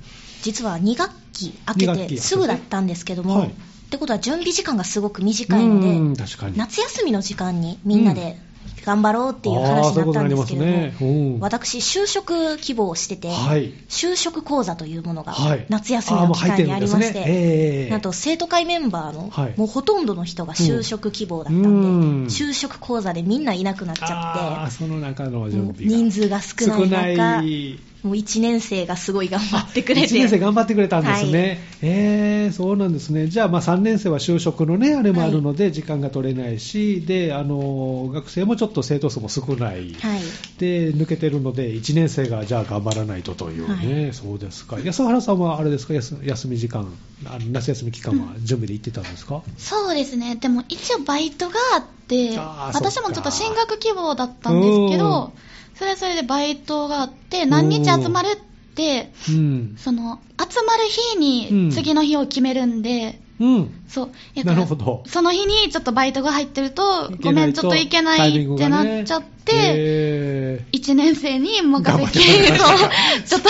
Speaker 2: 実は2学期
Speaker 1: 二学期
Speaker 2: 開け
Speaker 1: 明け
Speaker 2: て
Speaker 1: て
Speaker 2: すぐだったんですけども、
Speaker 1: はい
Speaker 2: ってことは準備時間がすごく短いので、
Speaker 1: うん確かに。
Speaker 2: 夏休みの時間にみんなで頑張ろうっていう話になったんですけれ
Speaker 1: あーそういうことに
Speaker 2: ども、
Speaker 1: なりますねうん
Speaker 2: 私、就職希望をしてて、
Speaker 1: はい
Speaker 2: 就職講座というものが
Speaker 1: はい
Speaker 2: 夏休みの期間にありまして、
Speaker 1: あーもう入ってるんですねええ
Speaker 2: なんと生徒会メンバーの、
Speaker 1: はい
Speaker 2: もうほとんどの人が就職希望だったんで、
Speaker 1: うん
Speaker 2: 就職講座でみんないなくなっち
Speaker 1: あ
Speaker 2: ゃ
Speaker 1: ー
Speaker 2: って。
Speaker 1: その中の
Speaker 2: も
Speaker 1: 準
Speaker 2: う
Speaker 1: 備が
Speaker 2: 人数が少ない
Speaker 1: 少
Speaker 2: 中
Speaker 1: ない
Speaker 2: もう1年生がすごい頑張ってくれて
Speaker 1: 1年生頑張ってくれたんですね、えーそうなんですね、じゃあ、まあ3年生は就職のね、あれもあるので、時間が取れないし、であの学生もちょっと生徒数も少ない、
Speaker 2: はい、
Speaker 1: で抜けてるので、1年生がじゃあ頑張らないとというね、そうですか、安原さんはあれですか、休休み時間、あの夏休み期間は準備で行ってたんですか、
Speaker 3: そうですね、でも一応バイトがあって、
Speaker 1: あー
Speaker 3: 私
Speaker 1: そ
Speaker 3: もちょ
Speaker 1: っ
Speaker 3: っ
Speaker 1: か
Speaker 3: と進学希望だったんですけ
Speaker 1: う
Speaker 3: ど
Speaker 1: ん、
Speaker 3: それはそれでバイトがあって、何日集まるって、
Speaker 1: うん、
Speaker 3: その、集まる日
Speaker 1: うん
Speaker 3: に次の日を決めるんで、
Speaker 1: うん、
Speaker 3: そう、や
Speaker 1: な
Speaker 3: から
Speaker 1: るほど
Speaker 3: その日にちょっとバイトが入ってると
Speaker 1: い、け
Speaker 3: ご
Speaker 1: な
Speaker 3: め
Speaker 1: い
Speaker 3: ん、ちょっといけな
Speaker 1: タイミン
Speaker 3: い
Speaker 1: グ
Speaker 3: っ
Speaker 1: が
Speaker 3: て
Speaker 1: ね
Speaker 3: なっちゃって、
Speaker 1: えー
Speaker 3: 1年生に任せ
Speaker 1: 頑
Speaker 3: て、そう
Speaker 1: 張っ、
Speaker 3: ちょっ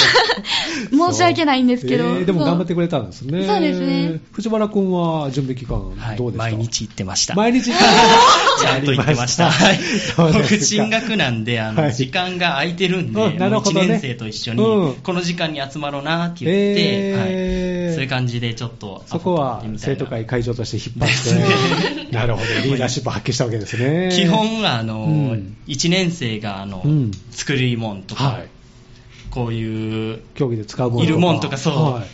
Speaker 3: と 申し訳ないんですけど、
Speaker 1: えーでも頑張っ
Speaker 3: そ
Speaker 1: てくれたんですね。
Speaker 3: そうですね。
Speaker 1: 藤原君は準備期間
Speaker 4: はい
Speaker 1: どうですか、
Speaker 4: 毎日行ってました。
Speaker 1: 毎日
Speaker 4: ちゃんと行って ました。はい
Speaker 1: そうで
Speaker 4: 僕、
Speaker 1: すか
Speaker 4: 進学なんで、あ
Speaker 1: は
Speaker 4: の、
Speaker 1: い
Speaker 4: 時間が空いてるんで、
Speaker 1: うんなるほどね
Speaker 4: 1年生と一緒に
Speaker 1: うん、
Speaker 4: この時間に集まろうなって言って、
Speaker 1: えー
Speaker 4: はいそういう感じでちょっと、
Speaker 1: そこは生徒会会長として引っ張って、なるほど、リーダーシップ発揮したわけですね。
Speaker 4: 基本はあの、
Speaker 1: うん
Speaker 4: 1年生があの、
Speaker 1: うん
Speaker 4: 作り物とか、
Speaker 1: はい
Speaker 4: こういう
Speaker 1: 競技で使うもの
Speaker 4: いるもんとかそう
Speaker 1: はい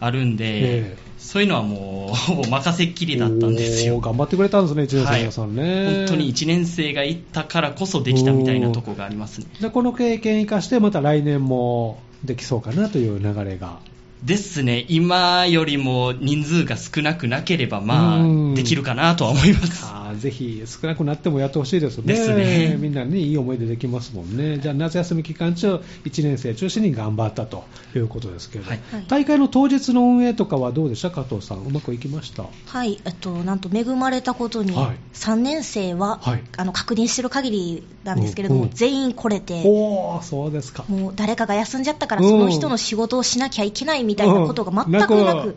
Speaker 4: あるんで、
Speaker 1: ええ
Speaker 4: そういうのはもうほぼ任せっきりだったんですよ
Speaker 1: おー頑張ってくれたんですね、一年生の皆さんね。
Speaker 4: 本当に1年生が行ったからこそできたみたいなとこがありますね
Speaker 1: じゃあこの経験生かして、また来年もできそうかなという流れが。
Speaker 4: ですね今よりも人数が少なくなければま
Speaker 1: うん
Speaker 4: あできるかなとは思います
Speaker 1: あーぜひ少なくなってもやってほしいですね。
Speaker 4: ですね
Speaker 1: みんなね、いい思い出できますもんね。じゃあ夏休み期間中、1年生中心に頑張ったということですけれど、
Speaker 4: はい
Speaker 1: 大会の当日の運営とかはどうでした加藤さん。うまくいきました
Speaker 2: はい、えっと、なんと恵まれたことに、
Speaker 1: はい
Speaker 2: 3年生は、
Speaker 1: はい
Speaker 2: あの確認してる限りなんですけれど
Speaker 1: うん
Speaker 2: も、
Speaker 1: うん
Speaker 2: 全員来れて、
Speaker 1: おー、そうですか。
Speaker 2: もう誰かが休んじゃったから、
Speaker 1: うん
Speaker 2: その人の仕事をしなきゃいけないみたいなことが全く
Speaker 1: うんな
Speaker 2: なん
Speaker 1: か
Speaker 2: く、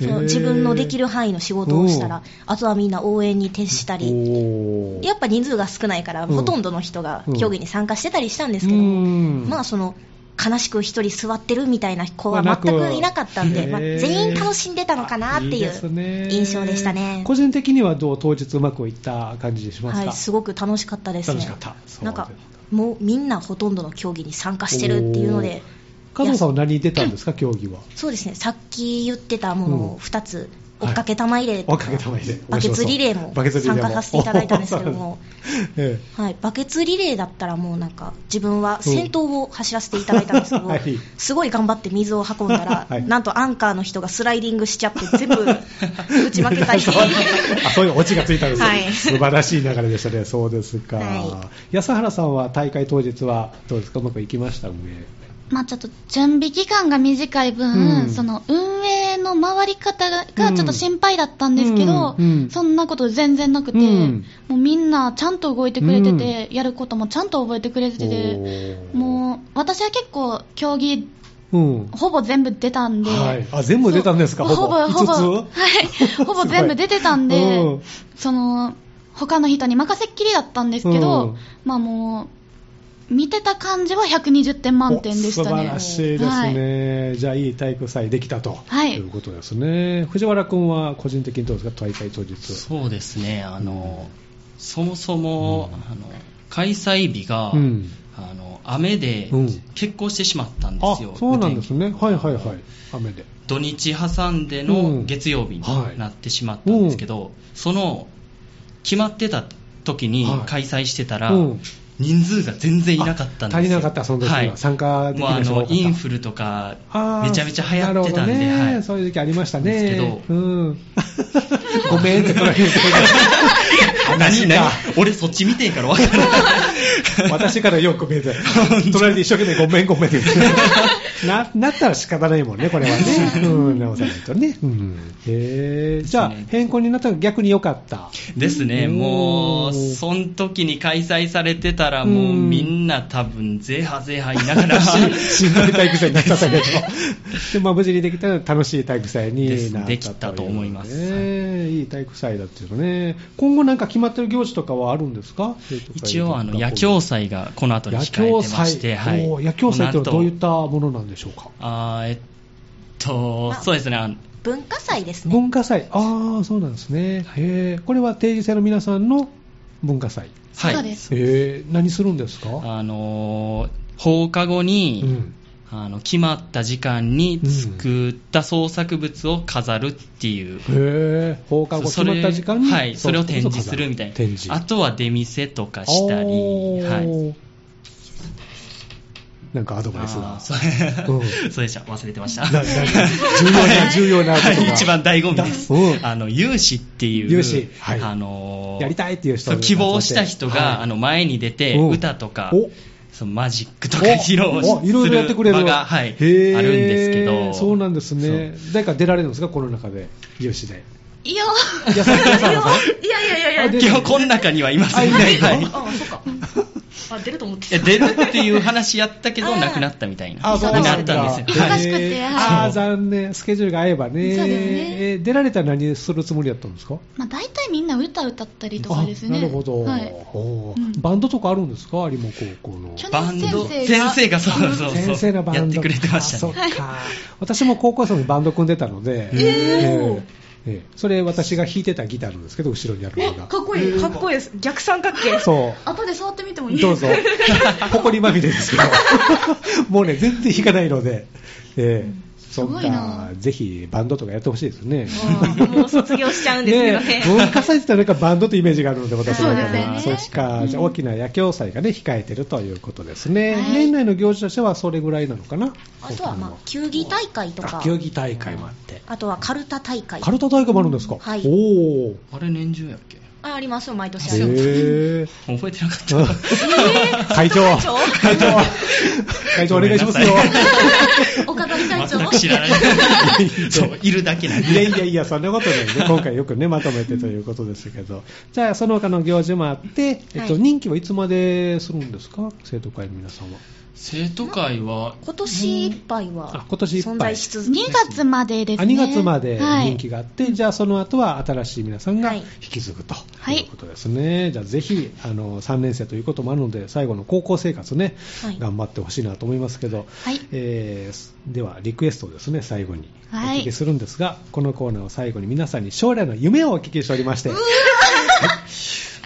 Speaker 2: そ
Speaker 1: へー
Speaker 2: の自分のできる範囲の仕事をした
Speaker 1: うん
Speaker 2: ら、あとはみんな応援に徹したり、
Speaker 1: おー
Speaker 2: やっぱ人数が少ないから、
Speaker 1: うん
Speaker 2: ほとんどの人が競技に参加してたりしたんですけども、
Speaker 1: うん
Speaker 2: まあその、悲しく一人座ってるみたいな子は
Speaker 1: まあな
Speaker 2: 全
Speaker 1: く
Speaker 2: くいなかったん
Speaker 1: へ
Speaker 2: で、
Speaker 1: ー
Speaker 2: まあ全員楽しんでたのかなってい
Speaker 1: ですね
Speaker 2: う印象でしたね。
Speaker 1: 個人的にはどう当日うまくいった感じしますか、
Speaker 2: はい、すごく楽しかったですね。
Speaker 1: 楽しかったそう
Speaker 2: なんか
Speaker 1: で、
Speaker 2: もうみんなほとんどの競技に参加してるっていうので、
Speaker 1: 加藤さんは何に出たんですか、競技は。
Speaker 2: そうですね、さっき言ってたもの
Speaker 1: うん
Speaker 2: を2つ、
Speaker 1: はい
Speaker 2: 追っかけ玉入れと
Speaker 1: お
Speaker 2: か、
Speaker 1: かげたまで。
Speaker 2: バケツリレーも参加させていただいたんですけども、
Speaker 1: え
Speaker 2: はい、バケツリレーだったらもうなんか、自分は先頭を走らせていただいたんですけど、
Speaker 1: はい
Speaker 2: すごい頑張って水を運んだ ら、
Speaker 1: はい
Speaker 2: なんとアンカーの人がスライディングしちゃって、全部 打ち負けたり。
Speaker 1: あそういうオチがついたんですね、
Speaker 2: はい
Speaker 1: 素晴らしい流れでしたね、そうですか、
Speaker 2: は
Speaker 1: 安原さんは大会当日はどうですか、うまくいきました、運営
Speaker 3: うまあちょっと準備期間が短い分、
Speaker 1: うん
Speaker 3: その運営の回り方ががちょっと心配だったんですけど、
Speaker 1: うんうん
Speaker 3: そんなこと全然なくて、
Speaker 1: うん
Speaker 3: もうみんなちゃんと動いてくれてて、やることもちゃんと覚えてくれてて、もう私は結構競技
Speaker 1: う、うん
Speaker 3: ほぼ全部出たんで、
Speaker 1: はい、あ全部出たんですか、
Speaker 3: そう
Speaker 1: ほぼ、
Speaker 3: ほ
Speaker 1: 五
Speaker 3: ぼ、ほぼ
Speaker 1: つ
Speaker 3: はい、ほぼ全部出てたん
Speaker 1: すご
Speaker 3: で、
Speaker 1: いうん
Speaker 3: その、他の人に任せっきりだったんですけど、
Speaker 1: うん
Speaker 3: まあもう、見てた感じは120点満点でし
Speaker 1: お
Speaker 3: たね。
Speaker 1: 素晴らしいですね、じゃあいい体育祭できたと、
Speaker 3: はい
Speaker 1: ということですね藤原君は個人的にどうですか大会当日
Speaker 4: そうですねあの、そもそも、あの開催日が、
Speaker 1: うん
Speaker 4: あの雨で
Speaker 1: うん
Speaker 4: 欠航してしまったんで
Speaker 1: あ
Speaker 4: すよ、
Speaker 1: そうなんですね
Speaker 4: 雨天
Speaker 1: はいはいはい雨で
Speaker 4: 土日挟んで
Speaker 1: う
Speaker 4: の
Speaker 1: ん
Speaker 4: 月曜日
Speaker 1: はい
Speaker 4: になってしまったんですけど、その決まってた時に
Speaker 1: はい
Speaker 4: 開催してたら、
Speaker 1: うん
Speaker 4: 人数が全然いなかったんです
Speaker 1: あ
Speaker 4: よ
Speaker 1: 足りなかったその時は参加でき
Speaker 4: もう
Speaker 1: な
Speaker 4: あ
Speaker 1: い人が多か
Speaker 4: の
Speaker 1: った
Speaker 4: インフルとか
Speaker 1: あー
Speaker 4: めちゃめちゃ流行ってたんで、
Speaker 1: なるほどね
Speaker 4: はい
Speaker 1: そういう時期ありましたね
Speaker 4: ですけど
Speaker 1: うん ごめんってこれ言う
Speaker 4: 何何俺そっち見てんか ら分からない
Speaker 1: て私からよく見えて隣で一生懸命ごめんごめんって言って ななったら仕方ないもんねこれはね、うん、直さないとね、うん、へえじゃあ
Speaker 4: ですね
Speaker 1: 変更になったのが逆に良かった
Speaker 4: ですね、
Speaker 1: うん
Speaker 4: もう、その時に開催されてたら、
Speaker 1: うん
Speaker 4: もうみんな多分、ぜはぜは言いなが ら、
Speaker 1: しんどい体育祭になっちゃ ったけど、でまあ、無事にできたら楽しい体育祭になった
Speaker 4: ですできたと思います
Speaker 1: ねいい体育祭だっていうのね、今後なんか決まってる行事とかはあるんですか
Speaker 4: 一応、あの、野球祭がこの後に
Speaker 1: 野
Speaker 4: 控えて
Speaker 1: 球
Speaker 4: まし
Speaker 1: 祭、
Speaker 4: て、はい。
Speaker 1: おー野球祭というのはどういっ
Speaker 4: この後
Speaker 1: たものなんでしょうか、
Speaker 4: あーえっと、
Speaker 2: あ
Speaker 4: そうですね、あの
Speaker 2: 文化祭ですね。
Speaker 1: 文化祭、ああ、そうなんですね、へーこれは定時制の皆さんの文化祭、
Speaker 4: はい。
Speaker 3: そうです。
Speaker 1: へー何するんですか、
Speaker 4: あのー、放課後に、
Speaker 1: うん
Speaker 4: あの決まった時間に作った創作物を飾るっていう、
Speaker 1: へー放課後決
Speaker 4: それ
Speaker 1: まった時間に
Speaker 4: はい、それを展示
Speaker 1: そう
Speaker 4: するみたいな
Speaker 1: 展示
Speaker 4: あとは出店とかした
Speaker 1: お
Speaker 4: り、
Speaker 1: ー
Speaker 4: はい、
Speaker 1: なんかアドバイス
Speaker 4: あ
Speaker 1: が
Speaker 4: ーそう
Speaker 1: うん
Speaker 4: そうでした忘れてました
Speaker 1: ななんか重要な重要なこと
Speaker 4: は
Speaker 1: が
Speaker 4: い一番醍醐味です、
Speaker 1: うん
Speaker 4: あの有志っていう
Speaker 1: 有志はい
Speaker 4: あのー
Speaker 1: やりたいっていう人
Speaker 4: そう希望した人が、
Speaker 1: はい
Speaker 4: あの前に出て、
Speaker 1: うん
Speaker 4: 歌とか
Speaker 1: お
Speaker 4: そのマジックとか披露
Speaker 1: おおいろいろやって
Speaker 4: す
Speaker 1: くれ
Speaker 4: る
Speaker 1: る
Speaker 4: 場が、はい、あるん
Speaker 1: へー
Speaker 4: ですけど
Speaker 1: そうなんですね誰か出られるんですかこの中で有志で
Speaker 3: いや、
Speaker 1: 安原さん
Speaker 5: いやいやいやいや
Speaker 1: あ出
Speaker 4: 基本この中にはいません
Speaker 1: あい
Speaker 4: ね、
Speaker 1: な
Speaker 4: はいい
Speaker 1: の
Speaker 5: あ、そうか。あ、出ると思って
Speaker 4: いや
Speaker 5: た。
Speaker 4: 出るっていう話やったけ
Speaker 2: あ
Speaker 4: ど
Speaker 2: ー
Speaker 4: なくなったみたいな
Speaker 1: あそうなんだ
Speaker 4: なったんですよ、
Speaker 3: は
Speaker 4: はい
Speaker 3: 忙しくて
Speaker 1: へー
Speaker 3: はい
Speaker 1: あー残念スケジュールが合えばね
Speaker 3: そうですね
Speaker 1: えー出られたら何するつもりだったんですか
Speaker 3: まあ、大体みんな歌歌ったりとかですね。
Speaker 1: あなるほど、
Speaker 3: はい。
Speaker 1: おー
Speaker 3: うん
Speaker 1: バンドとかあるんですか有馬高校の
Speaker 3: 去
Speaker 4: バンド
Speaker 3: 先
Speaker 4: 先
Speaker 3: 生
Speaker 4: 生
Speaker 3: が
Speaker 4: がそうそうそう
Speaker 1: 先生のバンド
Speaker 4: やってくれてました
Speaker 1: あ
Speaker 4: ね
Speaker 1: そっか、私も高校生のバンド組んでたので、ええええそれ私が弾いてたギターなんですけど後ろにある
Speaker 5: え、
Speaker 1: のが
Speaker 5: かっこいい。かっこいいです。逆三角形。
Speaker 1: そ
Speaker 3: 後で触ってみてもいいう
Speaker 1: どうぞ ほこりまみれですけどもうね全然弾かないので、ええそっ
Speaker 3: すごいな
Speaker 1: かぜひバンドとかやってほしいですね
Speaker 5: あもう卒業しちゃうんですけど
Speaker 1: ね
Speaker 5: ね。
Speaker 1: 文化祭って言ったらなんかバンドというイメージがあるので、私の中では。
Speaker 3: そうですね
Speaker 1: そっか、じゃあ大きな野球祭がね、控えてるということですね。
Speaker 3: はい
Speaker 1: 年内の行事としてはそれぐらいなのかな。
Speaker 2: あとは、まあ、球技大会とか
Speaker 1: あ、球技大会もあって。
Speaker 2: あとはカルタ大会。
Speaker 1: カルタ大会もあるんですか、
Speaker 2: はい
Speaker 1: おー。
Speaker 4: あれ年中やっけ
Speaker 5: あ、ありますよ、毎年あります。
Speaker 1: へー
Speaker 4: 覚えてなかった
Speaker 1: 会長、
Speaker 5: 長
Speaker 1: 会長、会長お願いしますよ。
Speaker 3: お飾り隊長
Speaker 4: 全く 知らないそういるだけなんで
Speaker 1: いやいやいや、そんなこと ないね。今回よくね、まとめてということですけど。じゃあ、その他の行事もあって、えっと、
Speaker 2: はい
Speaker 1: 任期はいつまでするんですか生徒会の皆さんは。
Speaker 4: 生徒会は
Speaker 2: 今年いっぱい
Speaker 1: あ
Speaker 2: は
Speaker 1: 今年いっぱい
Speaker 2: 存在し続け
Speaker 3: 2月までです
Speaker 1: あ
Speaker 3: ね。
Speaker 1: 2月まで
Speaker 3: はい
Speaker 1: 人気があって、じゃあその後は新しい皆さんが
Speaker 2: はい
Speaker 1: 引き継ぐと
Speaker 3: はい
Speaker 1: いうことですね、じゃあぜひあの3年生ということもあるので最後の高校生活ね、
Speaker 2: はい
Speaker 1: 頑張ってほしいなと思いますけど、
Speaker 3: はい
Speaker 1: えーではリクエストをですね最後にお
Speaker 3: はい
Speaker 1: 聞きするんですが、このコーナーを最後に皆さんに将来の夢をお聞きしておりまして。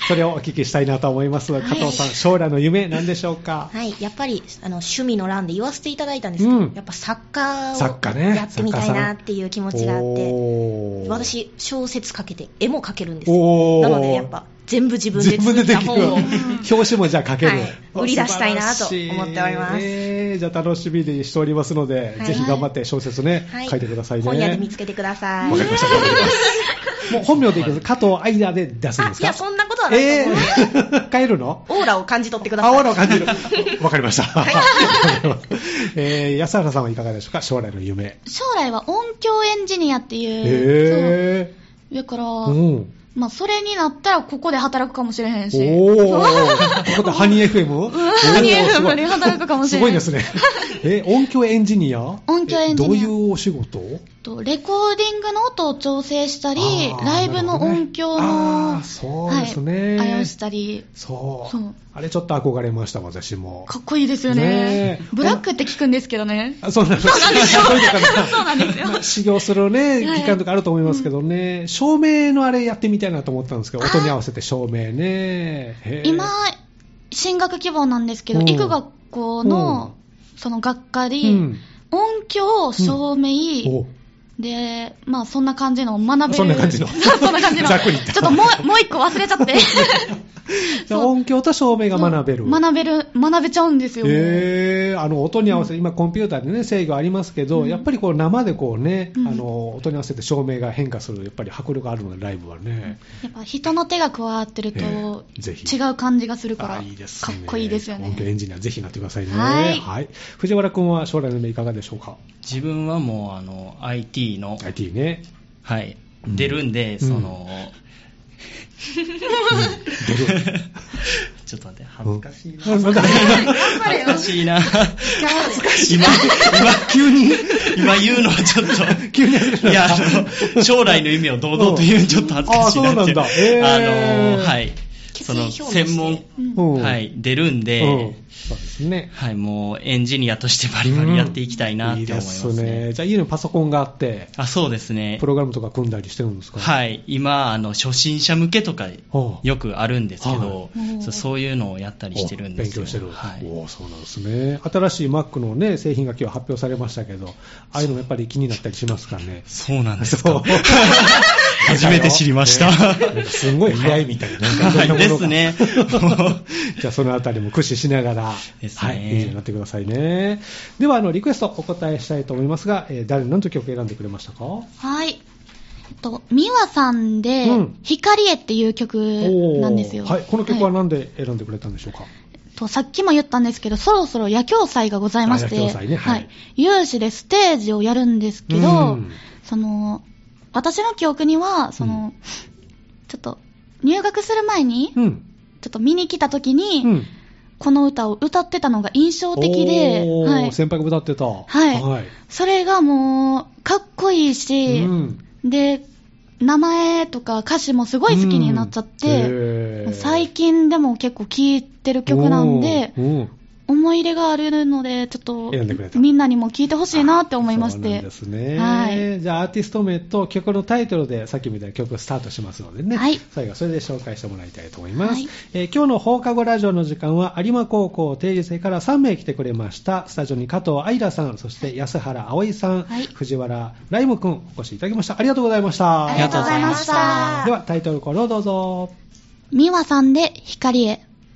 Speaker 1: それをお聞きしたいなと思います。加藤さん、将来の夢何でしょうか。
Speaker 2: はい、やっぱりあの趣味の欄で言わせていただいたんですけど、
Speaker 1: うん
Speaker 2: やっぱ作家
Speaker 1: 作家ね
Speaker 2: をやってみたいなっていう気持ちがあって、
Speaker 1: おー
Speaker 2: 私、小説書けて、絵も書けるんです
Speaker 1: おー
Speaker 2: よ、なのでやっぱ、全部自分で
Speaker 1: 自分
Speaker 2: 作
Speaker 1: で
Speaker 2: っ
Speaker 1: で
Speaker 2: た
Speaker 1: きる
Speaker 2: 本 を、
Speaker 1: 表紙もじゃあ書ける、
Speaker 2: はい売り出したいなと思っておりま
Speaker 1: 素
Speaker 2: す
Speaker 1: 晴らしいねじゃあ楽しみにしておりますので、
Speaker 2: はい
Speaker 1: ぜひ頑張って小説ね、
Speaker 2: は
Speaker 1: 書いてくださいね
Speaker 2: 本屋で見つけてください。
Speaker 1: わかりました頑張りますもう本名でいいです加藤アイラで出すん
Speaker 2: あ
Speaker 1: です
Speaker 2: い
Speaker 1: か
Speaker 2: や、そんなことはないと思う、
Speaker 1: えー変えるの
Speaker 2: オーラを感じ取ってください。
Speaker 1: 青の感じる わかりました、えー安原さんはいかがでしょうか将来の夢
Speaker 3: 将来は音響エンジニアっていう。
Speaker 1: へ
Speaker 3: そうだから、
Speaker 1: ーうん
Speaker 3: まあ、それになったらここで働くかもしれへんし。
Speaker 1: おー、ここでハニー FM? おー
Speaker 3: ハニー
Speaker 1: すご
Speaker 3: FM
Speaker 1: い
Speaker 3: で働くかもし
Speaker 1: す
Speaker 3: れな
Speaker 1: ご
Speaker 3: い。
Speaker 1: いですね。え、音響エンジニア
Speaker 3: 音響エンジニア
Speaker 1: えどういうお仕事
Speaker 3: とレコーディングの音を調整したり
Speaker 1: あ、ー
Speaker 3: ライブ
Speaker 1: なるほ
Speaker 3: の
Speaker 1: どね
Speaker 3: 音響
Speaker 1: あ
Speaker 3: の、
Speaker 1: ーそうですね
Speaker 3: はい、をしたり、
Speaker 1: そう
Speaker 3: そう
Speaker 1: あれちょっと憧れました私も
Speaker 3: かっこいいですよ
Speaker 1: ね
Speaker 3: ね
Speaker 1: え。
Speaker 3: ブラックって聞くんですけどね。
Speaker 1: あそうなんですよ
Speaker 3: そうなんですよ。
Speaker 1: 修行するね
Speaker 3: はい
Speaker 1: 期間とかあると思いますけどね、照明のあれやってみたいなと思ったんですけど
Speaker 3: あー
Speaker 1: 音に合わせて照明ねへー
Speaker 3: 今、進学希望なんですけど、
Speaker 1: うん
Speaker 3: 医学学校の、その学科で、
Speaker 1: うん
Speaker 3: 音響、照明、
Speaker 1: お
Speaker 3: で、まあそんな感じの学べる。
Speaker 1: そんな感じの
Speaker 3: そんな感じの。
Speaker 1: ざっくり言った
Speaker 3: ちょっとも う、もう一個忘れちゃって。
Speaker 1: じゃあ音響と照明が学べる
Speaker 3: 学べる、学べちゃうんですよ。
Speaker 1: えー、あの音に合わせて、今、コンピューターで、ね、制御ありますけど、やっぱりこう生でこう、ね
Speaker 3: うん
Speaker 1: あの音に合わせて照明が変化する、やっぱり迫力あるので、ライブはね、
Speaker 3: やっぱ人の手が加わってる
Speaker 1: え
Speaker 3: と、
Speaker 1: えぜひ
Speaker 3: 違う感じがするから、
Speaker 1: あいいです
Speaker 3: かっ
Speaker 1: ね
Speaker 3: こいいですよ
Speaker 1: 音響エ
Speaker 3: ね。
Speaker 1: ンジニア、ぜひなってくださいね、
Speaker 3: はい
Speaker 1: 藤原君は将来の夢、いかがでしょうか、
Speaker 4: 自分はもうあの IT の、
Speaker 1: IT ね、
Speaker 4: はい、
Speaker 1: うん
Speaker 4: 出るんで、その、ちょっと待って、恥ずかしいな。
Speaker 1: うん
Speaker 4: 恥ずかしいな。今、今、
Speaker 1: 急に、
Speaker 4: 今言うのはちょっ
Speaker 1: 急に始め
Speaker 4: と、
Speaker 1: た
Speaker 4: いや、あの、将来の夢を堂々と言うのちょっと恥ずかしいなって。
Speaker 1: うんあそうなんだへー
Speaker 4: あの、はい。その、
Speaker 5: 決意表明して
Speaker 4: 専門、
Speaker 1: うん
Speaker 4: はい、出る
Speaker 1: う
Speaker 4: ん
Speaker 1: ん
Speaker 4: で、
Speaker 1: そうですね。
Speaker 4: はい、もうエンジニアとしてバリバリやっていきたいなって思います
Speaker 1: いいです
Speaker 4: ね。
Speaker 1: ね。じゃあ家にパソコンがあって、
Speaker 4: あ、そうですね
Speaker 1: プ。ログラムとか組んだりしてるんですか
Speaker 4: はい、今、あの、初心者向けとか、
Speaker 1: おう
Speaker 4: よくあるんですけど
Speaker 3: はい、
Speaker 4: そうそういうのをやったりしてるんですよ
Speaker 1: お勉強してる、
Speaker 4: はい。
Speaker 1: おーそうなんですね新しい Mac の、ね、製品が今日発表されましたけどああいうのもやっぱり気になったりしますからね
Speaker 4: そうなんです
Speaker 1: そう
Speaker 4: か。初めて知りました。
Speaker 1: なんかすごい早いみたいななんかいろんなものが
Speaker 4: はい ですね
Speaker 1: じゃあそのあたりも駆使しながら、
Speaker 4: ですね
Speaker 1: はい、いいになってくださいねではあのリクエストお答えしたいと思いますが、えー誰何と曲選んでくれましたか
Speaker 3: はい。えっと、ミワさんで
Speaker 1: うん、
Speaker 3: 光へっていう曲なんですよ。
Speaker 1: おーはい、この曲は
Speaker 3: はい
Speaker 1: 何で選んでくれたんでしょうか、
Speaker 3: とさっきも言ったんですけど、そろそろ野球祭がございまし
Speaker 1: あ
Speaker 3: て、
Speaker 1: 野球祭ねはい
Speaker 3: 有志でステージをやるんですけ
Speaker 1: う
Speaker 3: ど
Speaker 1: ん、
Speaker 3: その、私の記憶には、その、ちょっと、入学する前に、
Speaker 1: うん
Speaker 3: ちょっと見に来た時に、
Speaker 1: うん
Speaker 3: この歌を歌ってたのが印象的で、
Speaker 1: おー
Speaker 3: はい。
Speaker 1: 先輩が歌ってた。はい
Speaker 3: それがもう、かっこいい
Speaker 1: い。
Speaker 3: し、
Speaker 1: うん
Speaker 3: で、名前とか歌詞もすごい好きになっちゃって、
Speaker 1: うんへー
Speaker 3: 最近でも結構聴いてる曲なんで、
Speaker 1: おーうん
Speaker 3: 思い入れがあるので、ちょっと
Speaker 1: 選んでくれた
Speaker 3: みんなにも聴いてほしいなって思いまし
Speaker 1: そうなん
Speaker 3: て
Speaker 1: で。すね。
Speaker 3: はい
Speaker 1: じゃあ、アーティスト名と曲のタイトルで、さっきみたいな曲スタートしますのでね。
Speaker 3: はい
Speaker 1: 最後はそれで紹介してもらいたいと思います。
Speaker 3: はい
Speaker 1: えー今日の放課後ラジオの時間は、有馬高校定時生から3名来てくれました。スタジオに加藤愛らさん、そして安原葵さん、
Speaker 3: はい
Speaker 1: 藤原ライムくん、お越しいただきました。ありがとうございました。
Speaker 4: ありがとうございました
Speaker 3: あり
Speaker 1: で
Speaker 3: がとうございました
Speaker 1: は、タイトルコールをどうぞ。
Speaker 3: ミワさんで光へ。